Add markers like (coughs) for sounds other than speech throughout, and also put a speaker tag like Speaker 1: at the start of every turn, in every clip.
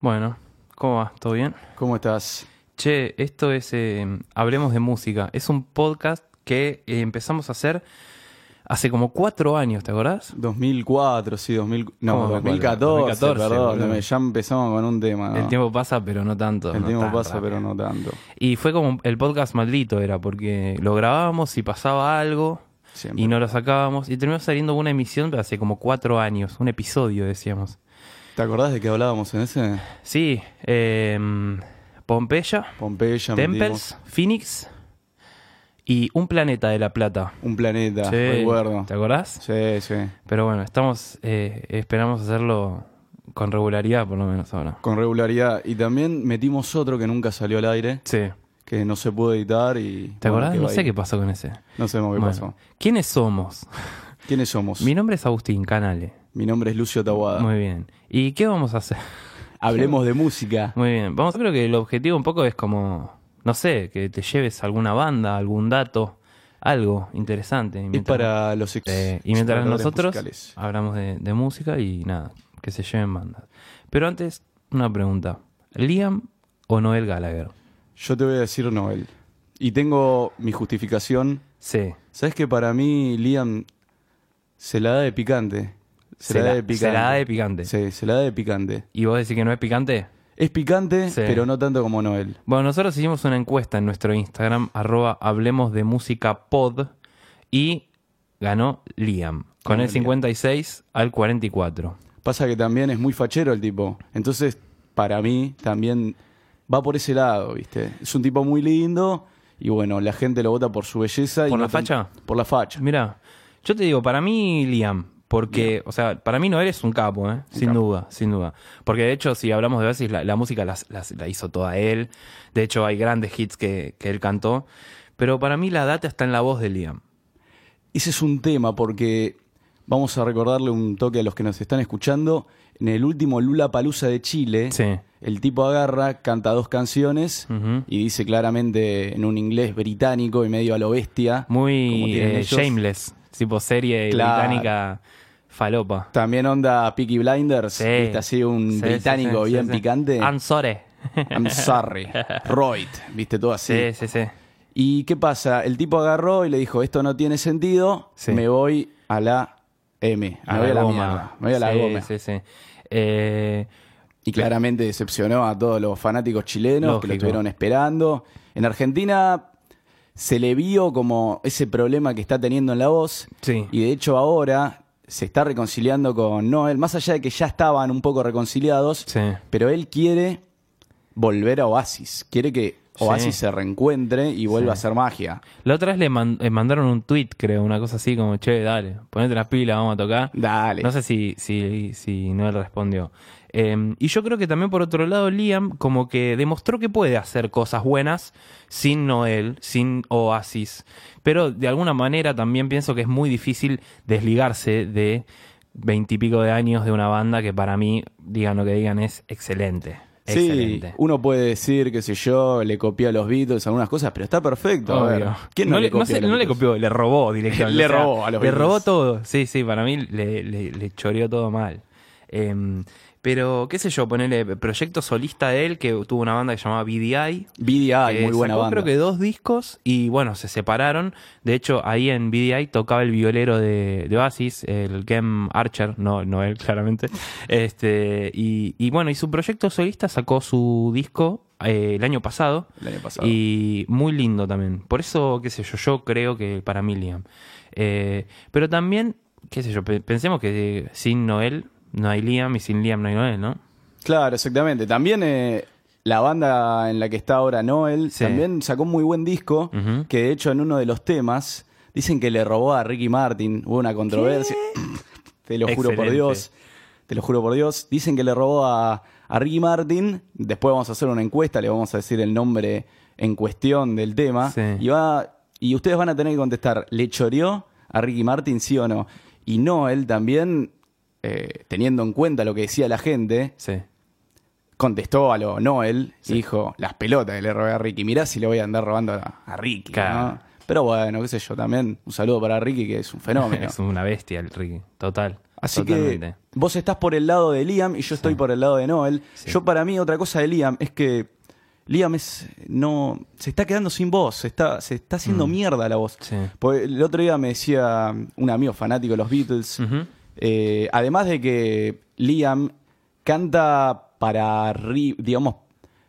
Speaker 1: Bueno, ¿cómo va? ¿Todo bien?
Speaker 2: ¿Cómo estás?
Speaker 1: Che, esto es eh, Hablemos de Música. Es un podcast que eh, empezamos a hacer hace como cuatro años, ¿te acordás?
Speaker 2: 2004, sí, 2000,
Speaker 1: ¿Cómo
Speaker 2: no,
Speaker 1: me acuerdo?
Speaker 2: 2014,
Speaker 1: 2014,
Speaker 2: perdón,
Speaker 1: boludo.
Speaker 2: me- ya empezamos con un tema. ¿no?
Speaker 1: El tiempo pasa, pero no tanto.
Speaker 2: Ah. El
Speaker 1: no
Speaker 2: tiempo
Speaker 1: tan
Speaker 2: pasa,
Speaker 1: rápido.
Speaker 2: pero no tanto.
Speaker 1: Y fue como el podcast maldito, era porque lo grabábamos y pasaba algo
Speaker 2: Siempre.
Speaker 1: y no lo sacábamos. Y terminó saliendo una emisión de hace como cuatro años, un episodio, decíamos.
Speaker 2: ¿Te acordás de que hablábamos en ese?
Speaker 1: Sí, eh, Pompeya,
Speaker 2: Pompeya, metimos
Speaker 1: Temples, Phoenix y Un Planeta de la Plata.
Speaker 2: un planeta,
Speaker 1: Sí,
Speaker 2: recuerdo.
Speaker 1: ¿Te acordás?
Speaker 2: Sí, sí.
Speaker 1: Pero bueno, estamos, eh, esperamos hacerlo con regularidad por lo menos ahora.
Speaker 2: Con regularidad. Y también metimos otro que nunca salió al aire,
Speaker 1: Sí.
Speaker 2: que no se pudo editar y.
Speaker 1: ¿Te
Speaker 2: bueno,
Speaker 1: acordás?
Speaker 2: que
Speaker 1: No
Speaker 2: va
Speaker 1: sé
Speaker 2: ahí.
Speaker 1: qué pasó con ese.
Speaker 2: No sabemos qué
Speaker 1: Bueno,
Speaker 2: pasó.
Speaker 1: ¿Quiénes
Speaker 2: (laughs)
Speaker 1: somos?
Speaker 2: ¿Quiénes somos?
Speaker 1: Mi nombre es Agustín Canale.
Speaker 2: Mi nombre es Lucio Tawada.
Speaker 1: Muy bien. ¿Y qué vamos a hacer? (laughs)
Speaker 2: Hablemos de música.
Speaker 1: Muy bien. Vamos, yo creo que el objetivo un poco es como, no sé, que te lleves alguna banda, algún dato, algo interesante. Y
Speaker 2: Es
Speaker 1: mientras-
Speaker 2: para los ex-
Speaker 1: Eh, y mientras
Speaker 2: exploradores
Speaker 1: nosotros
Speaker 2: musicales.
Speaker 1: hablamos de, de música y nada, que se lleven bandas. Pero antes, una pregunta. ¿Liam o Noel Gallagher?
Speaker 2: Yo te voy a decir Noel. Y tengo mi justificación.
Speaker 1: Sí.
Speaker 2: ¿Sabes que para mí Liam se la da de picante? Se, la da de picante.
Speaker 1: se la da de picante.
Speaker 2: Sí, se la da de picante.
Speaker 1: ¿Y vos decís que no es picante?
Speaker 2: Es picante,
Speaker 1: Sí.
Speaker 2: pero no tanto como Noel.
Speaker 1: Bueno, nosotros hicimos una encuesta en nuestro Instagram, arroba hablemos de música pod, y ganó Liam, con
Speaker 2: Ganó
Speaker 1: el 56 al 44.
Speaker 2: Pasa que también es muy fachero el tipo. Entonces, para mí, también va por ese lado, ¿viste? Es un tipo muy lindo y bueno, la gente lo vota por su belleza. y
Speaker 1: ¿Por
Speaker 2: no
Speaker 1: la
Speaker 2: tan-
Speaker 1: facha?
Speaker 2: Por la facha.
Speaker 1: Mira, yo te digo, para mí Liam, porque, o sea, para mí Noel es un capo, ¿eh? sin
Speaker 2: capo.
Speaker 1: duda, sin duda. Porque de hecho, si hablamos de Oasis, la, la música las- las- la hizo toda él. De hecho, hay grandes hits que, que él cantó. Pero para mí la data está en la voz de Liam.
Speaker 2: Ese es un tema porque vamos a recordarle un toque a los que nos están escuchando. En el último Lula Palusa de Chile,
Speaker 1: Sí.
Speaker 2: el tipo agarra, canta dos canciones
Speaker 1: Ujú.
Speaker 2: y dice claramente en un inglés británico y medio a lo bestia. como
Speaker 1: Muy
Speaker 2: tienen
Speaker 1: eh,
Speaker 2: ellos.
Speaker 1: shameless, tipo serie
Speaker 2: Claro.
Speaker 1: británica falopa.
Speaker 2: También onda Peaky Blinders,
Speaker 1: Sí.
Speaker 2: ¿viste? así un
Speaker 1: Sí, sí, sí,
Speaker 2: británico
Speaker 1: sí,
Speaker 2: bien
Speaker 1: sí.
Speaker 2: picante.
Speaker 1: I'm sorry.
Speaker 2: I'm
Speaker 1: (laughs)
Speaker 2: sorry, Royd, viste todo así.
Speaker 1: Sí, sí, sí.
Speaker 2: ¿Y qué pasa? El tipo agarró y le dijo, esto no tiene sentido,
Speaker 1: Sí.
Speaker 2: me voy a la M, me voy a la mierda, me voy a la
Speaker 1: sí,
Speaker 2: goma.
Speaker 1: Sí, sí. Eh,
Speaker 2: Y claramente decepcionó a todos los fanáticos chilenos
Speaker 1: Lógico.
Speaker 2: que lo estuvieron esperando. En Argentina se le vio como ese problema que está teniendo en la voz.
Speaker 1: Sí.
Speaker 2: Y de hecho ahora se está reconciliando con Noel, más allá de que ya estaban un poco reconciliados,
Speaker 1: sí.
Speaker 2: pero él quiere volver a Oasis. Quiere que Oasis
Speaker 1: Sí.
Speaker 2: se reencuentre y vuelva a hacer magia.
Speaker 1: La otra vez le, man- le mandaron un tweet, creo, una cosa así como, che, dale, ponete las pilas, vamos a tocar.
Speaker 2: Dale.
Speaker 1: No sé si, si, si no le respondió. Eh, y yo creo que también por otro lado Liam como que demostró que puede hacer cosas buenas sin Noel, sin Oasis. Pero de alguna manera también pienso que es muy difícil desligarse de veintipico de años de una banda que para mí, digan lo que digan, es excelente.
Speaker 2: Sí,
Speaker 1: Excelente.
Speaker 2: uno puede decir, qué sé yo, le copió a los Beatles algunas cosas, pero está perfecto. A ver,
Speaker 1: Obvio.
Speaker 2: ¿quién no, le copió?
Speaker 1: sé,
Speaker 2: a los
Speaker 1: no le
Speaker 2: Beatles?
Speaker 1: copió, le robó
Speaker 2: (laughs)
Speaker 1: directamente.
Speaker 2: Le
Speaker 1: O sea,
Speaker 2: robó a los
Speaker 1: Le
Speaker 2: Beatles.
Speaker 1: robó todo. Sí, sí, para mí le, le- le choreó todo mal. Em, pero, qué sé yo, ponerle proyecto solista de él que tuvo una banda que se llamaba BDI.
Speaker 2: BDI,
Speaker 1: que
Speaker 2: muy buena
Speaker 1: Eh, sacó,
Speaker 2: banda.
Speaker 1: Creo que dos discos y bueno, se separaron. De hecho, ahí en BDI tocaba el violero de, de Oasis, el Game Archer, no, no él, (laughs) claramente. Este, y, y bueno, y su proyecto solista sacó su disco eh, el año pasado.
Speaker 2: El año pasado.
Speaker 1: Y muy lindo también. Por eso, qué sé yo, yo creo que para mí Liam. Eh, pero también, qué sé yo, pe- pensemos que eh, sin Noel no hay Liam y sin Liam no hay Noel, ¿no?
Speaker 2: Claro, exactamente. También eh, la banda en la que está ahora Noel
Speaker 1: Sí.
Speaker 2: también sacó un muy buen disco,
Speaker 1: Ujú.
Speaker 2: que de hecho en uno de los temas dicen que le robó a Ricky Martin, hubo una controversia. Te lo juro por
Speaker 1: Excelente.
Speaker 2: Dios. Te lo juro por Dios. Dicen que le robó a, a Ricky Martin. Después vamos a hacer una encuesta, le vamos a decir el nombre en cuestión del tema.
Speaker 1: Sí.
Speaker 2: Y, va, y ustedes van a tener que contestar, ¿le choreó a Ricky Martin, sí o no? Y Noel también, eh, teniendo en cuenta lo que decía la gente,
Speaker 1: Sí.
Speaker 2: contestó a lo Noel
Speaker 1: Sí.
Speaker 2: y dijo, las pelotas que le robé a Ricky, mirá si le voy a andar robando a, a Ricky.
Speaker 1: Claro. (laughs)
Speaker 2: ¿no? Pero bueno, qué sé yo, también un saludo para Ricky que es un fenómeno.
Speaker 1: Es una bestia el Ricky, total.
Speaker 2: Así
Speaker 1: Totalmente.
Speaker 2: que vos estás por el lado de Liam y yo estoy por el lado de Noel.
Speaker 1: Sí.
Speaker 2: Yo para mí otra cosa de Liam es que Liam es no se está quedando sin voz, se está se está haciendo mierda la voz.
Speaker 1: Mm. Sí.
Speaker 2: Porque el otro día me decía un amigo fanático de los Beatles,
Speaker 1: Ujú.
Speaker 2: eh, además de que Liam canta para arriba, digamos,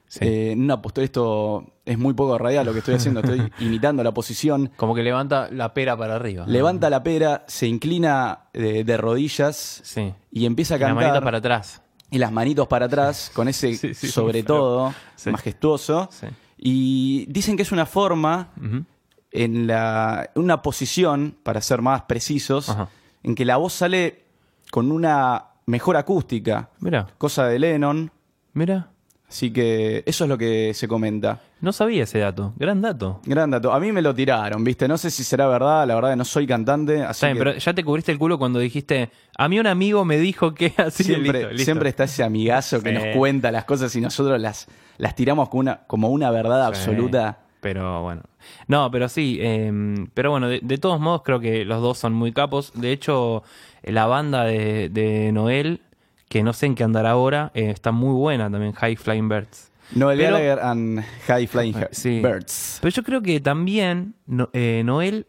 Speaker 1: Sí.
Speaker 2: eh, en una postura, esto es muy poco radial lo que estoy haciendo,
Speaker 1: (laughs)
Speaker 2: estoy imitando la posición.
Speaker 3: Como que levanta la pera para arriba.
Speaker 1: Ah.
Speaker 2: Levanta la pera, se inclina eh, de rodillas
Speaker 1: Sí.
Speaker 2: y empieza a
Speaker 3: la
Speaker 2: cantar.
Speaker 3: manita para atrás.
Speaker 2: Y las manitos para atrás, con ese
Speaker 1: Sí, sí,
Speaker 2: sobre
Speaker 1: muy feo.
Speaker 2: todo,
Speaker 1: Sí.
Speaker 2: majestuoso.
Speaker 1: Sí.
Speaker 2: Y dicen que es una forma,
Speaker 1: Ujú.
Speaker 2: en la, una posición, para ser más precisos,
Speaker 1: Ajá.
Speaker 2: en que la voz sale con una mejor acústica,
Speaker 1: Mira,
Speaker 2: cosa de Lennon.
Speaker 1: mira.
Speaker 2: Así que eso es lo que se comenta.
Speaker 1: No sabía ese dato. Gran dato.
Speaker 2: Gran dato. A mí me lo tiraron, ¿viste? No sé si será verdad, la verdad que no soy cantante, así
Speaker 1: Está bien,
Speaker 2: que
Speaker 1: pero ya te cubriste el culo cuando dijiste, a mí un amigo me dijo que (laughs) así
Speaker 2: siempre,
Speaker 1: listo, listo.
Speaker 2: siempre está ese amigazo que
Speaker 1: Sí.
Speaker 2: nos cuenta las cosas y nosotros las, las tiramos como una, como una verdad absoluta.
Speaker 1: Sí, Pero bueno. No, pero sí. eh, pero bueno, de, de todos modos creo que los dos son muy capos. De hecho, la banda de, de Noel, que no sé en qué andará ahora, eh, está muy buena también, High Flying Birds.
Speaker 2: Noel
Speaker 1: Pero-
Speaker 2: Gallagher and High Flying Hi-
Speaker 1: Sí.
Speaker 2: Birds.
Speaker 1: Pero yo creo que también no- eh, Noel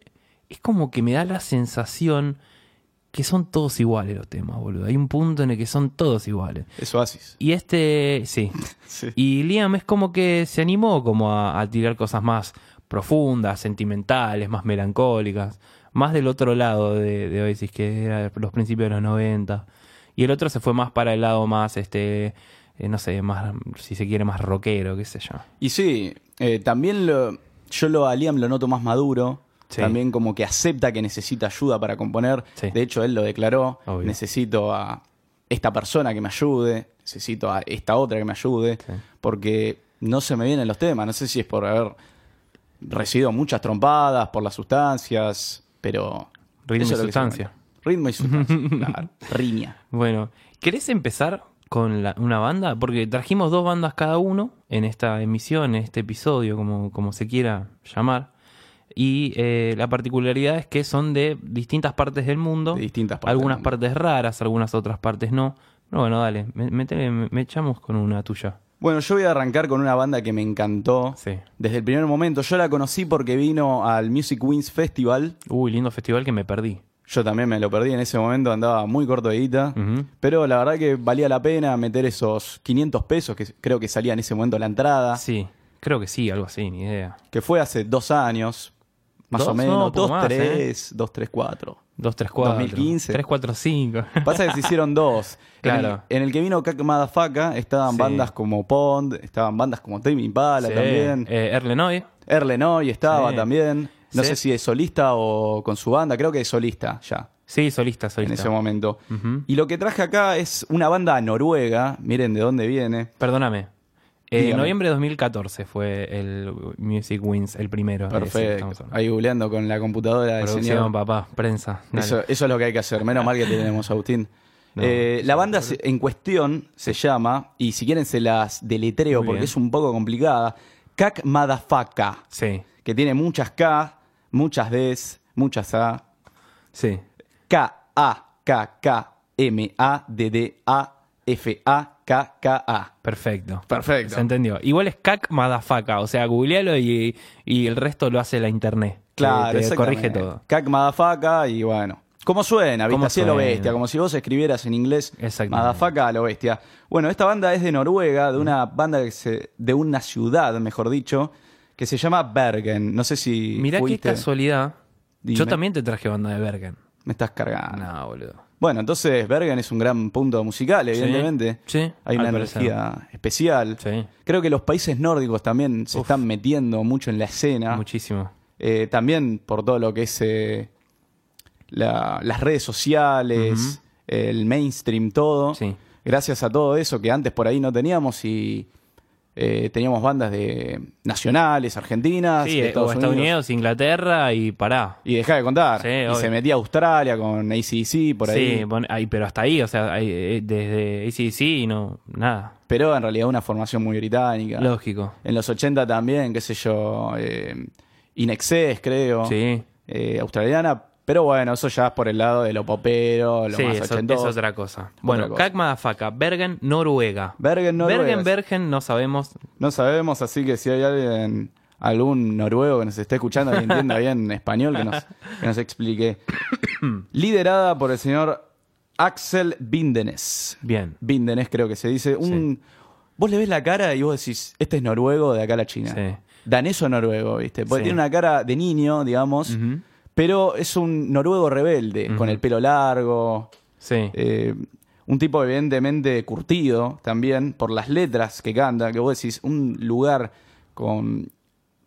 Speaker 1: es como que me da la sensación que son todos iguales los temas, boludo. Hay un punto en el que son todos iguales.
Speaker 2: Es Oasis.
Speaker 1: Y este, sí.
Speaker 2: Sí.
Speaker 1: Y Liam es como que se animó como a, a tirar cosas más profundas, sentimentales, más melancólicas, más del otro lado de, de Oasis, que era los principios de los 90. Y el otro se fue más para el lado más, este, eh, no sé, más, si se quiere, más rockero, qué sé yo.
Speaker 2: Y sí, eh, también lo- yo lo a Liam lo noto más maduro.
Speaker 1: Sí.
Speaker 2: También como que acepta que necesita ayuda para componer.
Speaker 1: Sí.
Speaker 2: De hecho, él lo declaró.
Speaker 1: Obvio.
Speaker 2: Necesito a esta persona que me ayude. Necesito a esta otra que me ayude.
Speaker 1: Sí.
Speaker 2: Porque no se me vienen los temas. No sé si es por haber recibido muchas trompadas, por las sustancias, pero...
Speaker 1: Ritmo
Speaker 2: eso
Speaker 1: y
Speaker 2: es lo que se
Speaker 1: sustancia.
Speaker 2: comenta. Ritmo y sustancia.
Speaker 1: (laughs)
Speaker 2: claro. Riña.
Speaker 1: Bueno, ¿querés empezar con la- una banda? Porque trajimos dos bandas cada uno en esta emisión, en este episodio, como, como se quiera llamar. Y eh, la particularidad es que son de distintas partes del mundo.
Speaker 2: De distintas partes
Speaker 1: Algunas
Speaker 2: del mundo.
Speaker 1: partes raras, algunas otras partes no. Pero bueno, dale, me, métele- me- me echamos con una tuya.
Speaker 2: Bueno, yo voy a arrancar con una banda que me encantó
Speaker 1: Sí.
Speaker 2: desde el primer momento. Yo la conocí porque vino al Music Wins Festival.
Speaker 1: Uy, lindo festival que me perdí.
Speaker 2: Yo también me lo perdí en ese momento, andaba muy corto de guita.
Speaker 1: Ujú.
Speaker 2: Pero la verdad que valía la pena meter esos 500 pesos que creo que salía en ese momento la entrada,
Speaker 1: Sí, creo que sí, algo así, ni idea.
Speaker 2: que fue hace dos años, más
Speaker 1: Dos,
Speaker 2: o
Speaker 1: no,
Speaker 2: menos,
Speaker 1: un poco
Speaker 2: dos,
Speaker 1: más, ¿eh?
Speaker 2: tres, dos, tres, cuatro.
Speaker 1: 2, 3, 4.
Speaker 2: 2015.
Speaker 1: 3, 4, 5.
Speaker 2: Pasa que se
Speaker 1: (laughs)
Speaker 2: hicieron dos.
Speaker 1: Claro.
Speaker 2: En el, en el que vino Kak Madafaka estaban
Speaker 1: Sí.
Speaker 2: bandas como Pond, estaban bandas como Tame Impala también.
Speaker 1: Eh, Erlenoy.
Speaker 2: Erlenoy estaba
Speaker 1: Sí.
Speaker 2: también. No
Speaker 1: Sí.
Speaker 2: sé si es solista o con su banda, creo que es solista ya,
Speaker 1: Sí, solista, solista.
Speaker 2: en ese momento.
Speaker 1: Ujú.
Speaker 2: Y lo que traje acá es una banda noruega, miren de dónde viene.
Speaker 1: Perdóname. Eh,
Speaker 2: Dígame.
Speaker 1: noviembre de 2014 fue el Music Wins, el primero. Ese que
Speaker 2: Perfecto.
Speaker 1: estamos hablando.
Speaker 2: Ahí googleando con la computadora del
Speaker 1: Producción,
Speaker 2: señor.
Speaker 1: papá, prensa. dale.
Speaker 2: Eso, eso es lo que hay que hacer. Menos mal que tenemos a Agustín.
Speaker 1: No,
Speaker 2: Eh, la banda se- en cuestión se llama, y si quieren se las deletreo
Speaker 1: Muy
Speaker 2: porque
Speaker 1: bien.
Speaker 2: es un poco complicada, Kak Madafaka,
Speaker 1: Sí,
Speaker 2: que tiene muchas K, muchas Ds, muchas A,
Speaker 1: sí.
Speaker 2: K-A-K-K-M-A-D-D-A-F-A-K-K-A.
Speaker 1: Perfecto.
Speaker 2: Perfecto.
Speaker 1: Se entendió. Igual es cac madafaca, o sea, googlealo y, y el resto lo hace la internet. que
Speaker 2: Claro,
Speaker 1: te corrige
Speaker 2: exactamente.
Speaker 1: todo.
Speaker 2: Cac madafaca y bueno. ¿Cómo suena? ¿Viste?
Speaker 1: ¿Cómo
Speaker 2: Así a lo
Speaker 1: suena?
Speaker 2: bestia, como si vos escribieras en inglés
Speaker 1: Exactamente. Mm.
Speaker 2: madafaca a lo bestia. Bueno, esta banda es de Noruega, de una banda que se, de una ciudad, mejor dicho, que se llama Bergen. No sé si
Speaker 1: Mirá
Speaker 2: fuiste.
Speaker 1: qué casualidad. Yo
Speaker 2: Dime. Ah.
Speaker 1: también te traje banda de Bergen.
Speaker 2: Me estás cargando.
Speaker 1: No, boludo.
Speaker 2: Bueno, entonces Bergen es un gran punto musical, evidentemente.
Speaker 1: sí,
Speaker 2: Hay
Speaker 1: al
Speaker 2: una
Speaker 1: parecer.
Speaker 2: energía especial.
Speaker 1: Sí.
Speaker 2: Creo que los países nórdicos también se
Speaker 1: Uf.
Speaker 2: están metiendo mucho en la escena.
Speaker 1: Muchísimo.
Speaker 2: Eh, también por todo lo que es eh, la- las redes sociales, el mainstream, todo.
Speaker 1: Sí.
Speaker 2: Gracias a todo eso que antes por ahí no teníamos y eh, teníamos bandas de nacionales, argentinas,
Speaker 1: Sí,
Speaker 2: Ah, de
Speaker 1: eh, o Estados Unidos, Inglaterra y Pará.
Speaker 2: Y dejá de contar.
Speaker 1: Sí,
Speaker 2: y
Speaker 1: obvio.
Speaker 2: se metía a Australia con ACDC por ahí.
Speaker 1: Sí, pon- ahí, pero hasta ahí, o sea, ahí, eh, desde ACDC y no, nada.
Speaker 2: Pero en realidad una formación muy británica.
Speaker 1: Lógico.
Speaker 2: En los 80 también, qué sé yo, eh, Inexcess, creo.
Speaker 1: Sí.
Speaker 2: eh, australiana, Pero bueno, eso ya es por el lado de lo popero, lo
Speaker 1: sí,
Speaker 2: más
Speaker 1: eso,
Speaker 2: ochentoso.
Speaker 1: es otra cosa. Bueno,
Speaker 2: cosa.
Speaker 1: Kak Madafaka, Bergen, Noruega.
Speaker 2: Bergen, Noruega.
Speaker 1: Bergen, Bergen, no sabemos.
Speaker 2: No sabemos, así que si hay alguien, algún noruego que nos esté escuchando, que entienda
Speaker 1: (laughs)
Speaker 2: bien español, que nos, que nos explique. (coughs) Liderada por el señor Axel Bindenes.
Speaker 1: Bien.
Speaker 2: Bindenes creo que se dice. Un, Vos le ves la cara y vos decís, este es noruego de acá a la China.
Speaker 1: Sí.
Speaker 2: Danés o noruego, ¿viste? Porque
Speaker 1: Sí.
Speaker 2: tiene una cara de niño, digamos,
Speaker 1: Ujú.
Speaker 2: pero es un noruego rebelde, con el pelo largo,
Speaker 1: Sí.
Speaker 2: eh, un tipo evidentemente curtido también por las letras que canta, que vos decís, un lugar con,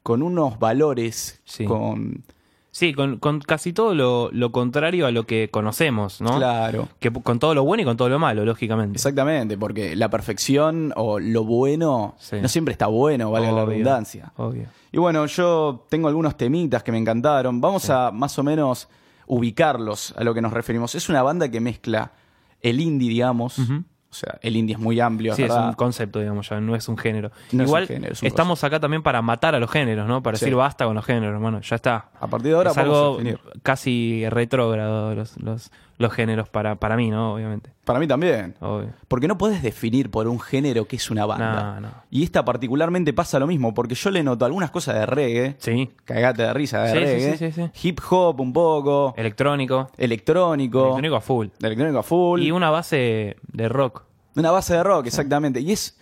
Speaker 2: con unos valores,
Speaker 1: Sí.
Speaker 2: con...
Speaker 1: Sí, con, con casi todo lo, lo contrario a lo que conocemos, ¿no?
Speaker 2: Claro.
Speaker 1: Que p- con todo lo bueno y con todo lo malo, lógicamente.
Speaker 2: Exactamente, porque la perfección o lo bueno
Speaker 1: Sí.
Speaker 2: no siempre está bueno, valga la
Speaker 1: Obvio,
Speaker 2: redundancia.
Speaker 1: Obvio.
Speaker 2: Y bueno, yo tengo algunos temitas que me encantaron. Vamos a más o menos ubicarlos a lo que nos referimos. Es una banda que mezcla el indie, digamos. O sea, el indie es muy amplio.
Speaker 1: Sí, es
Speaker 2: ¿verdad?
Speaker 1: un concepto, digamos, ya no es un género.
Speaker 2: No es
Speaker 1: Igual
Speaker 2: un género, es un
Speaker 1: estamos acá también para matar a los géneros, ¿no? Para
Speaker 2: Sí.
Speaker 1: decir basta con los géneros, hermano, ya está.
Speaker 2: A partir de ahora
Speaker 1: es
Speaker 2: vamos
Speaker 1: algo
Speaker 2: a definir.
Speaker 1: casi retrógrado los, los, los géneros para, para mí, ¿no? Obviamente.
Speaker 2: Para mí también.
Speaker 1: Obvio.
Speaker 2: Porque no puedes definir por un género que es una banda.
Speaker 1: No, no.
Speaker 2: Y esta particularmente pasa lo mismo, porque yo le noto algunas cosas de reggae.
Speaker 1: Sí.
Speaker 2: Cagate de risa de
Speaker 1: Sí, sí,
Speaker 2: reggae.
Speaker 1: sí, sí,
Speaker 2: Hip hop un poco.
Speaker 1: Electrónico.
Speaker 2: Electrónico.
Speaker 1: Electrónico a full.
Speaker 2: electrónico a full.
Speaker 1: Y una base de rock.
Speaker 2: Una base de rock, exactamente. Y es,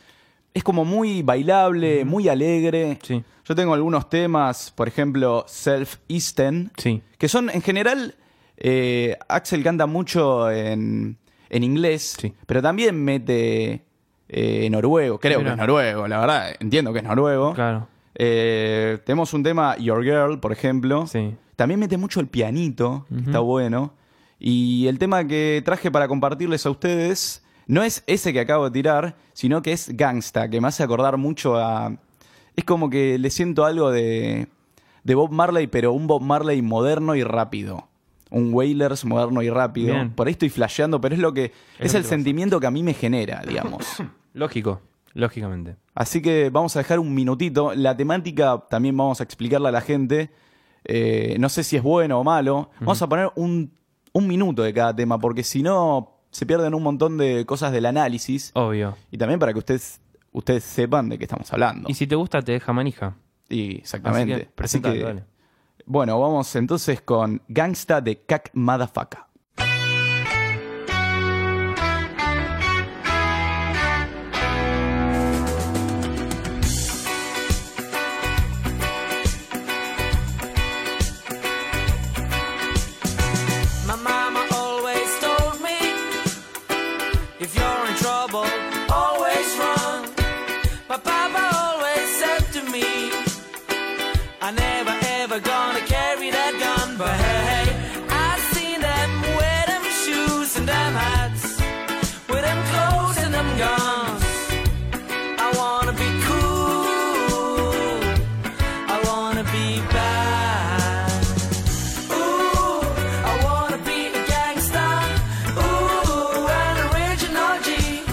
Speaker 2: es como muy bailable, muy alegre.
Speaker 1: Sí.
Speaker 2: Yo tengo algunos temas, por ejemplo, Self Eastern,
Speaker 1: Sí.
Speaker 2: que son en general. eh, Axel canta mucho en, en inglés,
Speaker 1: Sí.
Speaker 2: pero también mete eh, noruego. Creo
Speaker 1: Mirá.
Speaker 2: que es noruego, la verdad, entiendo que es noruego.
Speaker 1: Claro.
Speaker 2: Eh, tenemos un tema, Your Girl, por ejemplo.
Speaker 1: Sí.
Speaker 2: También mete mucho el pianito, que está bueno. Y el tema que traje para compartirles a ustedes no es ese que acabo de tirar, sino que es Gangsta, que me hace acordar mucho a... Es como que le siento algo de, de Bob Marley, pero un Bob Marley moderno y rápido. Un Wailers moderno y rápido.
Speaker 1: Bien.
Speaker 2: Por ahí estoy flasheando, pero es lo que... Es,
Speaker 1: lo que
Speaker 2: el
Speaker 1: pasa.
Speaker 2: sentimiento que a mí me genera,
Speaker 1: (laughs)
Speaker 2: digamos.
Speaker 1: Lógico. Lógicamente.
Speaker 2: Así que vamos a dejar un minutito. La temática también vamos a explicarla a la gente. Eh, no sé si es bueno o malo. Vamos a poner un, un minuto de cada tema, porque si no, se pierden un montón de cosas del análisis.
Speaker 1: Obvio.
Speaker 2: Y también para que ustedes, ustedes sepan de qué estamos hablando.
Speaker 1: Y si te gusta, te deja manija.
Speaker 2: Y
Speaker 1: Así que,
Speaker 2: exactamente. Así
Speaker 1: presentalo,
Speaker 2: que,
Speaker 1: dale.
Speaker 2: bueno, vamos entonces con Gangsta de Cac Madafaka.
Speaker 4: My mama always told me if you're in trouble, always run. My papa always said to me, I never ever gonna carry that gun. But hey, I seen them wear them shoes and them hats, with them clothes and them guns. I wanna be cool. I wanna be bad. Ooh, I wanna be a gangster. Ooh, an original G.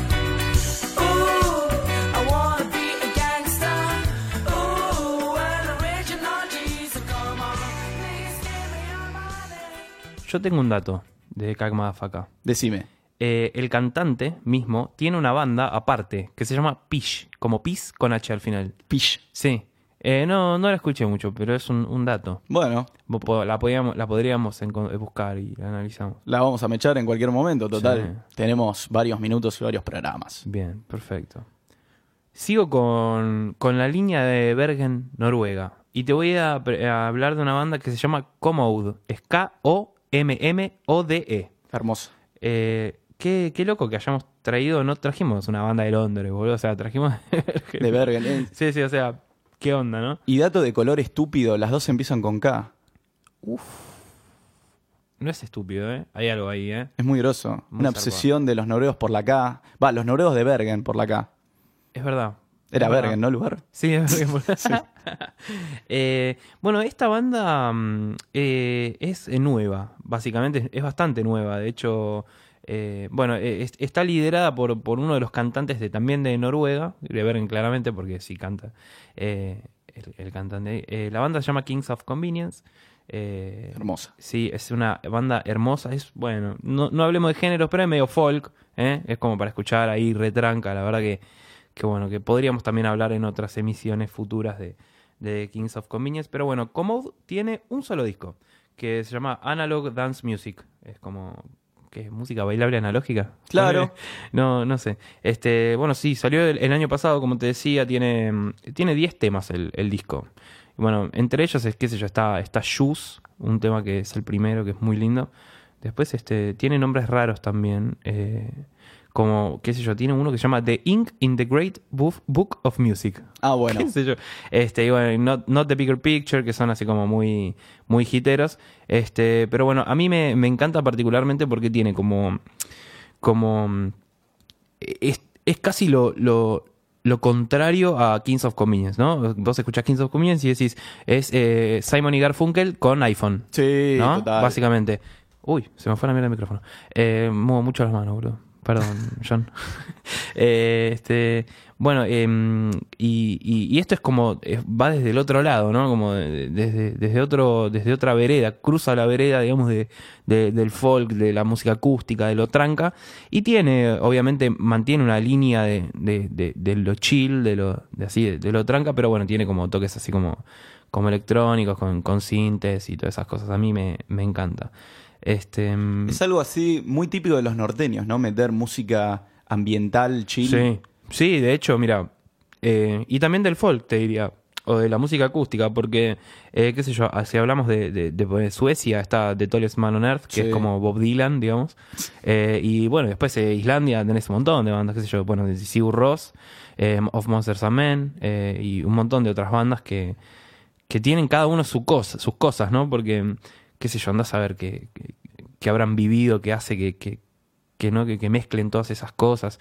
Speaker 4: Ooh, I wanna be a gangster. Ooh, an original G. So come on, please give me your money.
Speaker 1: Yo tengo un dato de Kak Madafaka.
Speaker 2: Decime.
Speaker 1: Eh, el cantante mismo tiene una banda aparte que se llama Pish, como Pis con H al final.
Speaker 2: Pish.
Speaker 1: Sí. Eh, no, no la escuché mucho, pero es un, un dato.
Speaker 2: Bueno,
Speaker 1: Vos po- La podríamos, la podríamos enco- buscar y la analizamos.
Speaker 2: la vamos a mechar en cualquier momento, total. Tenemos varios minutos y varios programas.
Speaker 1: Bien, perfecto. Sigo con, con la línea de Bergen, Noruega. Y te voy a, pre- a hablar de una banda que se llama Commode. Es K-O-M-M-O-D-E.
Speaker 2: Hermoso.
Speaker 1: Eh, qué, qué loco que hayamos traído, no trajimos una banda de Londres, boludo. O sea, trajimos.
Speaker 2: De Bergen. eh.
Speaker 1: sí, sí, o sea, qué onda, ¿no?
Speaker 2: Y dato de color estúpido, las dos empiezan con K.
Speaker 1: No es estúpido, ¿eh? Hay algo ahí, ¿eh?
Speaker 2: Es muy groso.
Speaker 1: Muy
Speaker 2: Una
Speaker 1: zarpado.
Speaker 2: obsesión de los noruegos por la K. Va, los noruegos de Bergen por la K.
Speaker 1: Es verdad.
Speaker 2: Era
Speaker 1: Es verdad.
Speaker 2: Bergen, ¿no? El lugar.
Speaker 1: Sí, es Bergen, boludo. (laughs) Eh, bueno, esta banda mm, eh, es eh, nueva, básicamente es- es bastante nueva. De hecho, eh, bueno, eh, es- está liderada por, por uno de los cantantes de, también de Noruega, de Bergen claramente, porque sí canta eh, el, el cantante. ahí. Eh, la banda se llama Kings of Convenience. Eh,
Speaker 2: Hermosa.
Speaker 1: Sí, es una banda hermosa. Es bueno, no, no hablemos de géneros, pero es medio folk. ¿eh? Es como para escuchar ahí retranca. La verdad que, que bueno, que podríamos también hablar en otras emisiones futuras de, de Kings of Convenience. Pero bueno, Commode tiene un solo disco que se llama Analog Dance Music. Es como que es música bailable analógica.
Speaker 2: Claro.
Speaker 1: (laughs) No, no sé. Este, bueno, sí, salió el, el año pasado, como te decía, tiene, mm, tiene 10 temas el, el disco. Y bueno, entre ellos es, qué sé yo, está, está Shoes, un tema que es el primero, que es muy lindo. Después este, tiene nombres raros también. eh, como, qué sé yo, tiene uno que se llama The Ink in the Great Buf- Book of Music.
Speaker 2: Ah,
Speaker 1: (laughs)
Speaker 2: bueno.
Speaker 1: Qué sé yo. Este, y bueno, y not, Not the Bigger Picture, que son así como muy, muy hiteros. Este, pero bueno, a mí me, me encanta particularmente porque tiene como. como. mm, Es, es casi lo. lo lo contrario a Kings of Convenience, ¿no? Vos escuchás Kings of Convenience y decís, es eh, Simon y Garfunkel con iPhone.
Speaker 2: Sí,
Speaker 1: ¿no?
Speaker 2: total.
Speaker 1: Básicamente. Uy, se me fue la mierda el micrófono. Eh, muevo mucho las manos, boludo.
Speaker 2: (laughs)
Speaker 1: Perdón, John. (laughs) Eh, este, bueno, em, y, y- y esto es como, eh, va desde el otro lado, ¿no? Como de- desde, desde, otro, desde otra vereda, cruza la vereda, digamos, de, de- del folk, de la música acústica, de lo tranca, y tiene, obviamente, mantiene una línea de, de, de- de lo chill, de lo, de así, de, de lo tranca, pero bueno, tiene como toques así como, como electrónicos, con, con sintes y todas esas cosas. A mí me, me encanta. Este, mm,
Speaker 2: Es algo así muy típico de los norteños, ¿no? Meter música ambiental, chill.
Speaker 1: Sí, sí, de hecho, mira. eh, y también del folk, te diría. O de la música acústica, porque, eh, qué sé yo, si hablamos de, de- de Suecia, está The Tallest Man on Earth, que
Speaker 2: Sí.
Speaker 1: es como Bob Dylan, digamos. Eh, y bueno, después eh, Islandia tenés un montón de bandas, qué sé yo, bueno, de Sigur Ross, eh, Of Monsters and Men, eh, y un montón de otras bandas que, que tienen cada uno su cosa, sus cosas, ¿no? Porque, qué sé yo, andás a ver qué, qué- qué habrán vivido, qué hace que, que, que no, que, que mezclen todas esas cosas.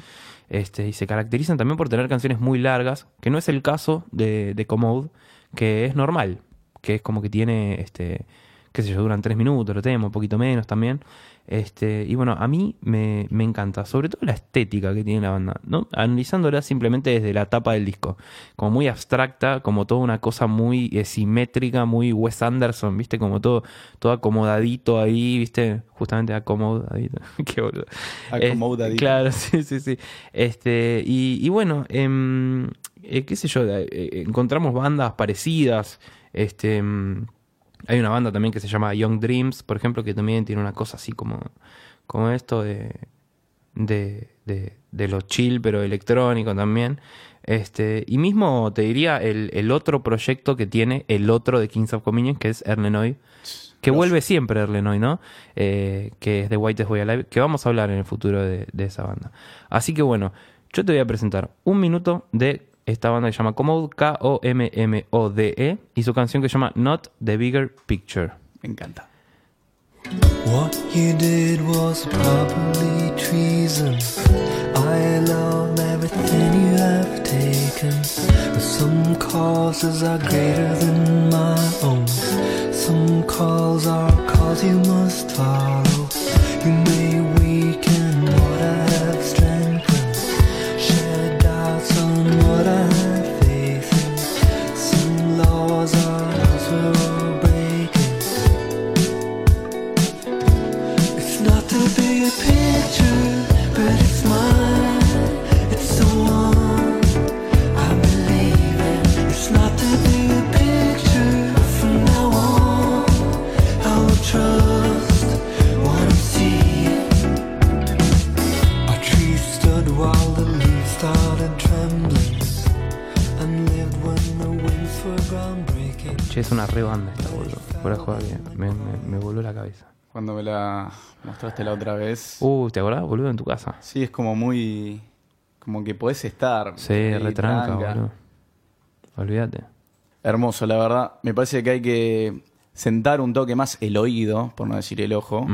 Speaker 1: Este, y se caracterizan también por tener canciones muy largas, que no es el caso de, de Commode, que es normal, que es como que tiene, este, qué sé yo, duran tres minutos, lo temo, un poquito menos también. Este, y bueno, a mí me, me encanta, sobre todo la estética que tiene la banda, ¿no? analizándola simplemente desde la tapa del disco, como muy abstracta, como toda una cosa muy eh, simétrica, muy Wes Anderson, ¿viste? Como todo, todo acomodadito ahí, ¿viste? Justamente acomodadito, (laughs) qué boludo. Este,
Speaker 2: Acomodadito.
Speaker 1: claro, (laughs) sí, sí, sí. Este, y, y bueno, em, eh, qué sé yo, eh, eh, encontramos bandas parecidas, este... em, hay una banda también que se llama Young Dreams, por ejemplo, que también tiene una cosa así como, como esto de, de, de, de lo chill, pero electrónico también. Este, y mismo te diría el, el otro proyecto que tiene el otro de Kings of Convenience, que es Ernenoy, que vuelve siempre Ernenoy, ¿no? Eh, que es de White Boy Alive, que vamos a hablar en el futuro de, de esa banda. Así que bueno, yo te voy a presentar un minuto de esta banda que se llama Commode, K-O-M-M-O-D-E, E, y su canción que se llama Not the Bigger Picture.
Speaker 2: Me encanta.
Speaker 5: What you did was probably treason. I love everything you have taken. But some causes are greater than my own. Some calls are calls you must follow. You may weaken what I have strengthened. Shed doubts on what I have faith in. Some laws are laws we're all breaking. It's not the bigger picture, but it's mine. It's the one I believe in. It's not the bigger picture. From now on, I will trust what I'm seeing. Our tree stood while the leaves started trembling, and lived when the winds were groundbreaking.
Speaker 1: Che, es una re banda esta, boludo. Fuera de jugar bien. Me, me- me voló la cabeza.
Speaker 2: Cuando me la mostraste la otra vez.
Speaker 1: Uh, ¿te acordás, boludo? En tu casa.
Speaker 2: Sí, es como muy. Como que podés estar.
Speaker 1: Sí,
Speaker 2: ahí,
Speaker 1: retranca,
Speaker 2: tranca.
Speaker 1: boludo. Olvídate.
Speaker 2: Hermoso, la verdad. Me parece que hay que sentar un toque más el oído, por no decir el ojo,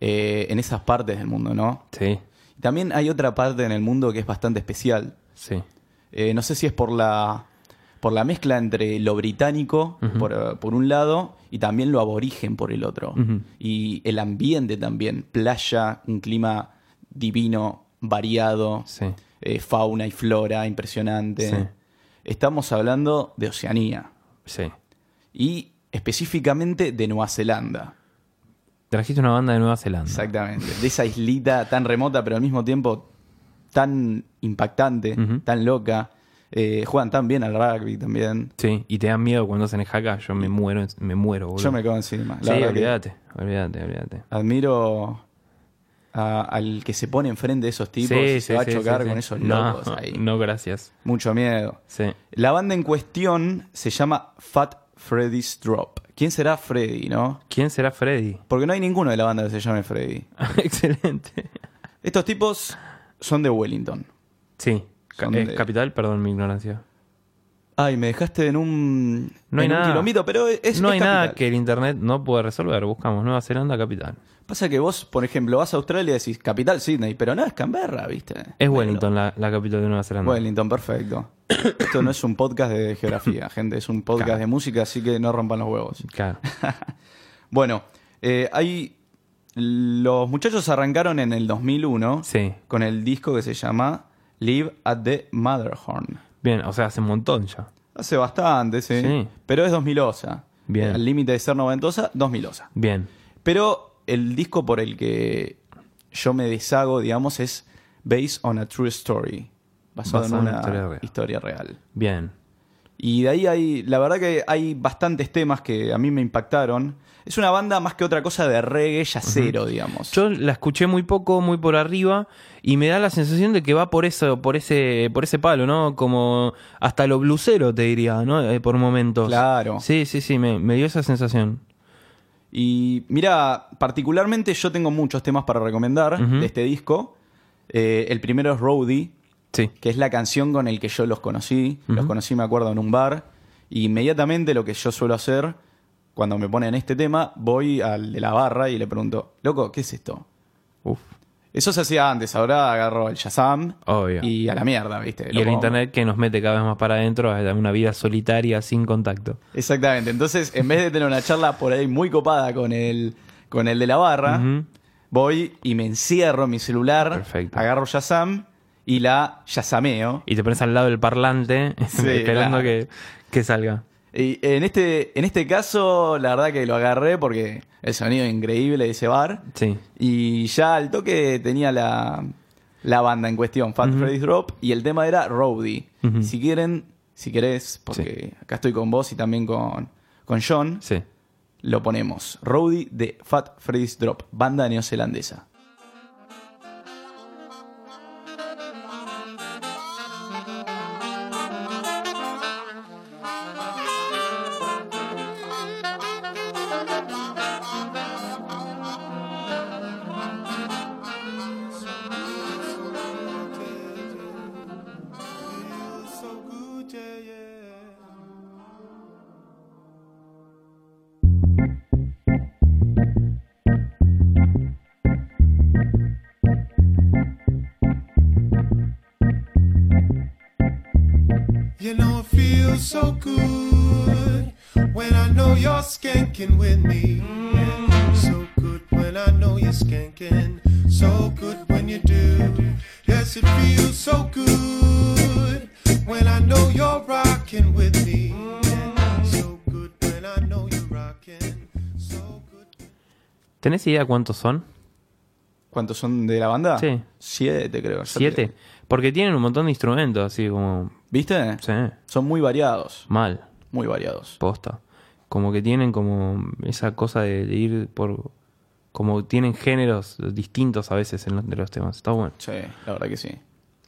Speaker 2: eh, en esas partes del mundo, ¿no?
Speaker 1: Sí,
Speaker 2: También hay otra parte en el mundo que es bastante especial.
Speaker 1: sí.
Speaker 2: Eh, no sé si es por la, por la mezcla entre lo británico, por, eh, por un lado, y también lo aborigen, por el otro. Y el ambiente también, playa, un clima divino, variado,
Speaker 1: Sí.
Speaker 2: eh, fauna y flora impresionante.
Speaker 1: Sí.
Speaker 2: Estamos hablando de Oceanía.
Speaker 1: Sí.
Speaker 2: Y específicamente de Nueva Zelanda.
Speaker 1: Trajiste una banda de Nueva Zelanda.
Speaker 2: Exactamente. De esa islita tan remota, pero al mismo tiempo tan impactante, tan loca. Eh, juegan tan bien al rugby también.
Speaker 1: Sí, y te dan miedo cuando hacen jaca. Yo me muero, me muero, boludo.
Speaker 2: Yo me cago encima.
Speaker 1: Sí,
Speaker 2: La verdad que
Speaker 1: olvídate, olvídate, olvídate.
Speaker 2: admiro a- al que se pone enfrente de esos tipos y se va a chocar con esos locos
Speaker 1: no,
Speaker 2: ahí.
Speaker 1: (laughs) No, gracias.
Speaker 2: Mucho miedo.
Speaker 1: Sí.
Speaker 2: La banda en cuestión se llama Fat Freddy's Drop. ¿Quién será Freddy, no?
Speaker 1: ¿Quién será Freddy? (laughs)
Speaker 2: Porque no hay ninguno de la banda que se llame Freddy.
Speaker 1: Excelente.
Speaker 2: Estos tipos son de Wellington.
Speaker 1: Sí. Ca-
Speaker 2: Son
Speaker 1: eh,
Speaker 2: de-
Speaker 1: Capital, perdón mi ignorancia.
Speaker 2: Ay, me dejaste en un,
Speaker 1: No hay
Speaker 2: en un
Speaker 1: nada.
Speaker 2: quilombito, pero es
Speaker 1: no
Speaker 2: es
Speaker 1: hay nada
Speaker 2: capital.
Speaker 1: que el internet no pueda resolver. Buscamos Nueva Zelanda, capital.
Speaker 2: Pasa que vos, por ejemplo, vas a Australia y decís capital Sydney, pero no es Canberra, ¿viste?
Speaker 1: Es Wellington la, la capital de Nueva Zelanda. (coughs)
Speaker 2: Wellington, perfecto. Esto no es un podcast de geografía, gente, es un podcast de música, así que no rompan los huevos.
Speaker 1: Claro.
Speaker 2: Bueno, eh, hay. Los muchachos arrancaron en el 2001
Speaker 1: Sí.
Speaker 2: con el disco que se llama Live at the Motherhorn.
Speaker 1: Bien, o sea, hace un montón ya.
Speaker 2: Hace bastante, sí.
Speaker 1: Sí.
Speaker 2: Pero es 2000 osa.
Speaker 1: Bien.
Speaker 2: Al límite de ser noventosa, 2000 osa.
Speaker 1: Bien.
Speaker 2: Pero el disco por el que yo me deshago, digamos, es Based on a True Story.
Speaker 1: Basado
Speaker 2: Basado, en
Speaker 1: en
Speaker 2: una
Speaker 1: una historia real.
Speaker 2: historia real.
Speaker 1: Bien.
Speaker 2: Y de ahí hay, la verdad que hay bastantes temas que a mí me impactaron. Es una banda más que otra cosa de reggae yacero, digamos.
Speaker 1: Yo la escuché muy poco, muy por arriba, y me da la sensación de que va por eso, por ese, por ese palo, ¿no? Como hasta lo blusero te diría, ¿no? Eh, por momentos.
Speaker 2: Claro.
Speaker 1: Sí, sí, sí, me, me dio esa sensación.
Speaker 2: Y mira, particularmente yo tengo muchos temas para recomendar
Speaker 1: Ujú.
Speaker 2: de este disco. Eh, el primero es Roadie,
Speaker 1: Sí.
Speaker 2: que es la canción con el que yo los conocí. Los
Speaker 1: Ujú.
Speaker 2: conocí, me acuerdo, en un bar. Y inmediatamente lo que yo suelo hacer, cuando me ponen este tema, voy al de la barra y le pregunto, loco, ¿qué es esto?
Speaker 1: Uf.
Speaker 2: Eso se hacía antes, ahora agarro el Shazam
Speaker 1: Obvio. Y,
Speaker 2: y a la mierda, ¿viste? Lo
Speaker 1: el
Speaker 2: pongo.
Speaker 1: internet que nos mete cada vez más para adentro a una vida solitaria, sin contacto.
Speaker 2: Exactamente. Entonces, en vez de tener una charla por ahí muy copada con el, con el de la barra,
Speaker 1: Ujú.
Speaker 2: voy y me encierro en mi celular,
Speaker 1: Perfecto.
Speaker 2: agarro Shazam y la Yazameo.
Speaker 1: Y te pones al lado del parlante, (laughs)
Speaker 2: Sí,
Speaker 1: esperando
Speaker 2: claro.
Speaker 1: que, que salga.
Speaker 2: Y en este, en este caso, la verdad que lo agarré porque el sonido es increíble de ese bar.
Speaker 1: Sí.
Speaker 2: Y ya al toque tenía la, la banda en cuestión, Fat Freddy's Drop, y el tema era Rowdy.
Speaker 1: Ujú.
Speaker 2: Si quieren, si querés, porque acá estoy con vos y también con, con John,
Speaker 1: Sí.
Speaker 2: lo ponemos. Rowdy de Fat Freddy's Drop, banda neozelandesa.
Speaker 6: You know it feels so good when I know you're skanking with me. Yeah, So good when I know you're skanking. So good when you do. Yes, it feels so good when I know you're rocking with me. Yeah, So good when I know you're rocking. So good.
Speaker 1: ¿Tenés idea cuántos son?
Speaker 2: ¿Cuántos son de la banda?
Speaker 1: Sí.
Speaker 2: Siete, creo. Ya te-
Speaker 1: ¿Siete? Porque tienen un montón de instrumentos, así como...
Speaker 2: ¿Viste?
Speaker 1: Sí.
Speaker 2: Son muy variados.
Speaker 1: Mal.
Speaker 2: Muy variados.
Speaker 1: posta. Como que tienen como esa cosa de ir por... Como tienen géneros distintos a veces en los, de los temas. Está bueno.
Speaker 2: Sí, la verdad que sí.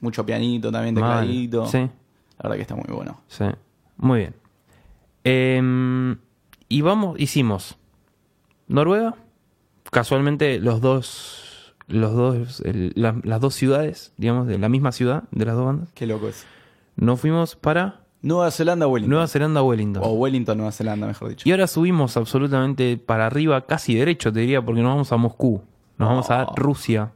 Speaker 2: Mucho pianito también,
Speaker 1: Mal.
Speaker 2: tecladito.
Speaker 1: Sí.
Speaker 2: La verdad que está muy bueno.
Speaker 1: Sí. Muy bien. Em, y vamos, hicimos Noruega. Casualmente los dos, los dos, el- la- las dos ciudades, digamos, de la misma ciudad, de las dos bandas.
Speaker 2: Qué loco es.
Speaker 1: Nos fuimos para
Speaker 2: Nueva Zelanda, Wellington. Oh.
Speaker 1: Nueva Zelanda, Wellington.
Speaker 2: O Wellington, Nueva Zelanda, mejor dicho.
Speaker 1: Y ahora subimos absolutamente para arriba, casi derecho, te diría, porque nos vamos a Moscú, nos vamos a Rusia.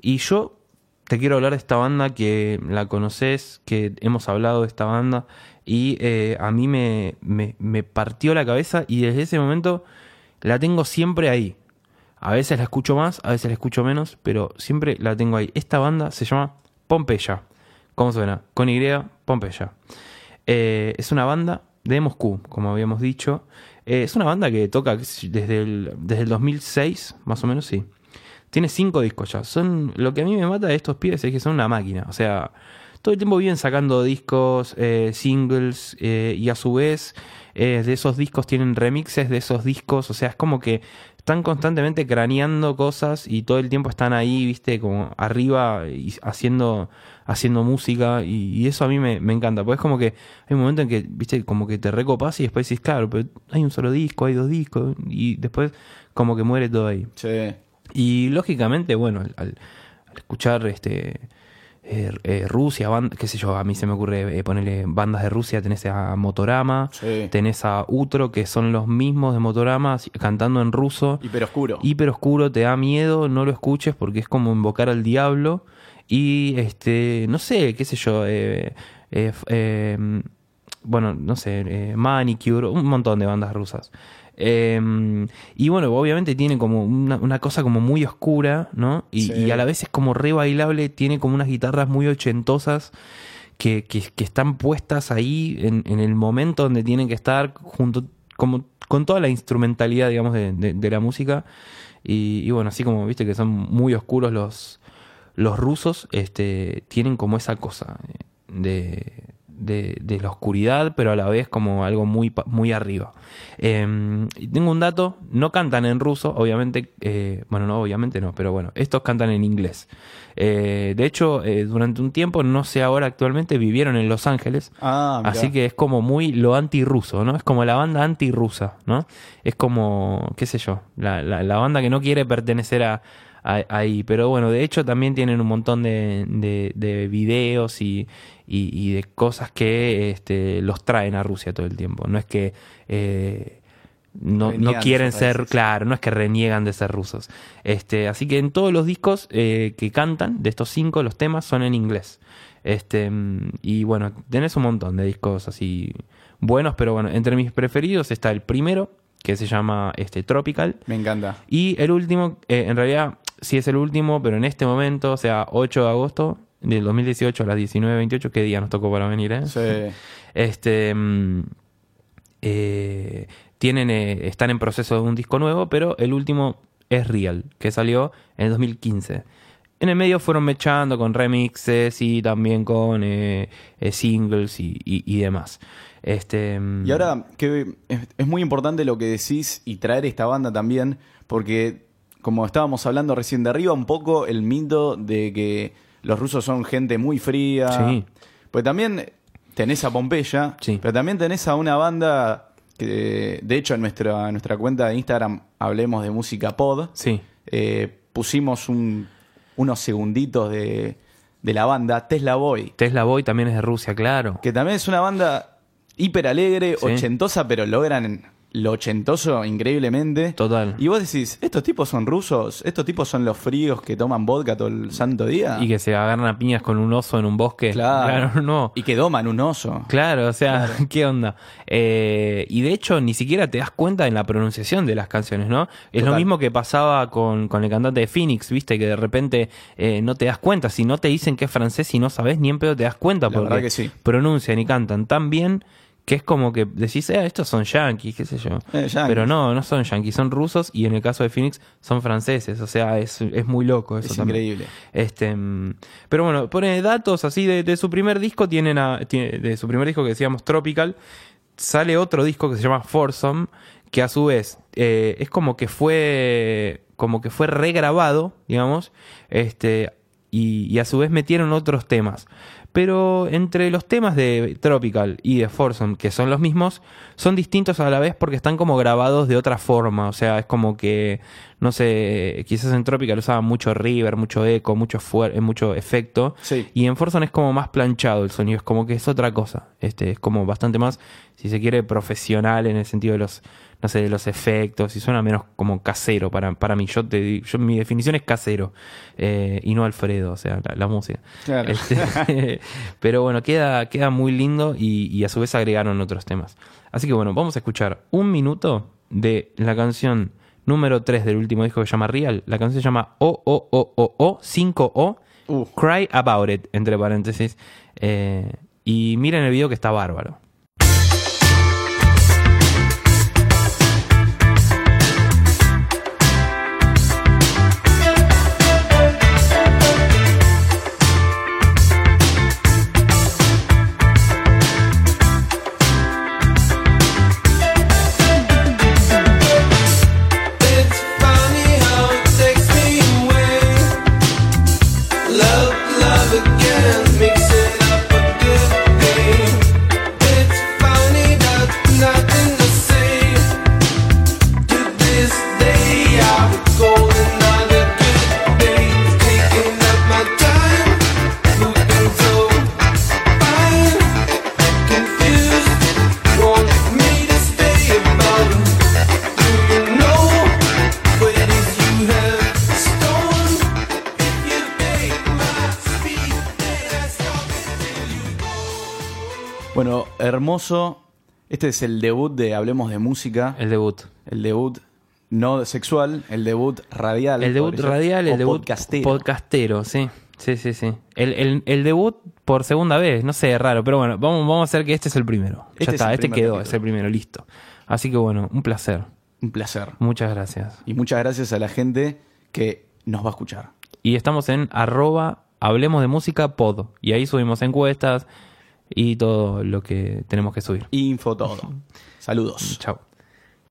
Speaker 1: Y yo te quiero hablar de esta banda que la conoces, que hemos hablado de esta banda, y eh, a mí me, me- me partió la cabeza y desde ese momento la tengo siempre ahí. A veces la escucho más, a veces la escucho menos, pero siempre la tengo ahí. Esta banda se llama Pompeya. ¿Cómo suena? Con Y, Pompeya. Eh, es una banda de Moscú, como habíamos dicho. Eh, es una banda que toca qué sé yo, desde el, desde el 2006, más o menos, sí. Tiene cinco discos ya. Son, lo que a mí me mata de estos pibes es que son una máquina. O sea, todo el tiempo viven sacando discos, eh, singles, eh, y a su vez eh, de esos discos tienen remixes de esos discos. O sea, es como que están constantemente craneando cosas y todo el tiempo están ahí, viste, como arriba y haciendo, haciendo música. Y, y eso a mí me, me encanta. Porque es como que hay un momento en que, viste, como que te recopas y después dices, claro, pero hay un solo disco, hay dos discos. Y después como que muere todo ahí.
Speaker 2: Che.
Speaker 1: Y lógicamente, bueno, al, al- al escuchar este eh, eh, Rusia, ban- qué sé yo, a mí se me ocurre eh, ponerle bandas de Rusia, tenés a Motorama,
Speaker 2: Sí.
Speaker 1: tenés a Utro, que son los mismos de Motorama así- cantando en ruso.
Speaker 2: Hiper oscuro.
Speaker 1: Hiper oscuro, te da miedo, no lo escuches porque es como invocar al diablo. Y este, no sé, qué sé yo, eh, eh, f- eh, bueno, no sé, eh, Manicure, un montón de bandas rusas. Eh, y bueno, obviamente tiene como una, una cosa como muy oscura, ¿no? Y,
Speaker 2: Sí.
Speaker 1: y a la vez es como re bailable, tiene como unas guitarras muy ochentosas que, que- que están puestas ahí en, en el momento donde tienen que estar, junto como con toda la instrumentalidad, digamos, de, de- de la música. Y, y bueno, así como viste que son muy oscuros los, los rusos, este, tienen como esa cosa eh, de, de- de la oscuridad, pero a la vez como algo muy, pa- muy arriba. Eh, y tengo un dato, no cantan en ruso, obviamente, eh, bueno, no, obviamente no, pero bueno, estos cantan en inglés. Eh, de hecho, eh, durante un tiempo, no sé ahora actualmente, vivieron en Los Ángeles.
Speaker 2: Ah, mirá.
Speaker 1: Así que es como muy lo antirruso, ¿no? Es como la banda antirrusa, ¿no? Es como, qué sé yo, la, la- la banda que no quiere pertenecer a, a- ahí. Pero bueno, de hecho también tienen un montón de, de- de videos y, y- y de cosas que este, los traen a Rusia todo el tiempo. No es que... eh, no, no
Speaker 2: Reniegan de
Speaker 1: quieren
Speaker 2: sus
Speaker 1: ser,
Speaker 2: raíces.
Speaker 1: claro, no es que reniegan de ser rusos. Este, así que en todos los discos eh, que cantan, de estos cinco, los temas son en inglés. Este, mm, y bueno, tenés un montón de discos así buenos, pero bueno, entre mis preferidos está el primero, que se llama este, Tropical.
Speaker 2: Me encanta.
Speaker 1: Y el último, eh, en realidad sí es el último, pero en este momento, o sea, 8 de agosto del 2018 a las 19.28, qué día nos tocó para venir, ¿eh?
Speaker 2: Sí.
Speaker 1: Este. mm, eh, tienen, eh, están en proceso de un disco nuevo, pero el último es Real, que salió en el 2015. En el medio fueron mechando con remixes y también con eh, eh, singles y, y- y demás. Este, mm,
Speaker 2: Y ahora, que es, es muy importante lo que decís y traer esta banda también, porque como estábamos hablando recién de arriba, un poco el mito de que los rusos son gente muy fría.
Speaker 1: Sí.
Speaker 2: Pues también tenés a Pompeya,
Speaker 1: Sí.
Speaker 2: pero también tenés a una banda que, de hecho, en nuestra, en nuestra cuenta de Instagram, hablemos de música pod,
Speaker 1: Sí.
Speaker 2: eh, pusimos un- unos segunditos de, de la banda Tesla Boy.
Speaker 1: Tesla Boy también es de Rusia, claro.
Speaker 2: Que también es una banda hiper alegre,
Speaker 1: Sí.
Speaker 2: ochentosa, pero logran lo ochentoso increíblemente.
Speaker 1: Total.
Speaker 2: Y vos decís, estos tipos son rusos, estos tipos son los fríos que toman vodka todo el santo día.
Speaker 1: Y que se agarran a piñas con un oso en un bosque.
Speaker 2: claro.
Speaker 1: no.
Speaker 2: Y que doman un oso.
Speaker 1: Claro, o sea, (laughs) ¿qué onda? Eh, y de hecho, ni siquiera te das cuenta en la pronunciación de las canciones, ¿no? Es lo
Speaker 2: Total.
Speaker 1: mismo que pasaba con, con el cantante de Phoenix, ¿viste? Que de repente eh, no te das cuenta. Si no te dicen que es francés y no sabes, ni en pedo te das cuenta.
Speaker 2: La verdad
Speaker 1: porque
Speaker 2: que sí.
Speaker 1: pronuncian y cantan tan bien que es como que decís, eh, estos son yanquis, qué sé yo.
Speaker 2: Eh, yanquis.
Speaker 1: Pero no, no son yanquis, son rusos y en el caso de Phoenix son franceses. O sea, es, es muy loco eso
Speaker 2: Es
Speaker 1: también.
Speaker 2: increíble.
Speaker 1: Este, mm, pero bueno, pone datos así de, de su primer disco, tienen a- tiene- de su primer disco que decíamos Tropical, sale otro disco que se llama Forsome, que a su vez eh, es como que fue como que fue regrabado, digamos, este y, y a su vez metieron otros temas. Pero entre los temas de Tropical y de Forsome, que son los mismos, son distintos a la vez porque están como grabados de otra forma. O sea, es como que, no sé, quizás en Tropical usaban mucho river, mucho eco, mucho, fuer- eh, mucho efecto.
Speaker 2: Sí.
Speaker 1: Y en Forson es como más planchado el sonido, es como que es otra cosa. Este, es como bastante más, si se quiere, profesional en el sentido de los, no sé, de los efectos. Y suena menos como casero para, para mí. Yo te di- yo, mi definición es casero. eh, y no Alfredo, o sea, la, la música.
Speaker 2: Claro.
Speaker 1: Este, (laughs) pero bueno, queda, queda muy lindo y, y a su vez agregaron otros temas. Así que bueno, vamos a escuchar un minuto de la canción número 3 del último disco que se llama Real. La canción se llama O O O O O 5 O
Speaker 2: Uh.
Speaker 1: Cry About It, entre paréntesis. Eh, y miren el video que está bárbaro.
Speaker 7: Cry
Speaker 2: Pero hermoso. Este es el debut de Hablemos de Música. El,
Speaker 1: El debut.
Speaker 2: debut no sexual, el debut radial.
Speaker 1: El debut
Speaker 2: podría ser,
Speaker 1: radial,
Speaker 2: o
Speaker 1: el debut
Speaker 2: podcastero.
Speaker 1: podcastero, sí. Sí, sí, sí. El, el- el debut por segunda vez, no sé, es raro, pero bueno, vamos, vamos a hacer que este es el primero.
Speaker 2: Este
Speaker 1: ya
Speaker 2: es
Speaker 1: está,
Speaker 2: el
Speaker 1: este
Speaker 2: primer
Speaker 1: quedó,
Speaker 2: capítulo.
Speaker 1: es el primero, listo. Así que bueno, un placer.
Speaker 2: Un placer.
Speaker 1: Muchas gracias.
Speaker 2: Y muchas gracias a la gente que nos va a escuchar.
Speaker 1: Y estamos en arroba hablemos de música pod. Y ahí subimos encuestas y todo lo que tenemos que subir.
Speaker 2: Info todo. Saludos.
Speaker 1: Chao.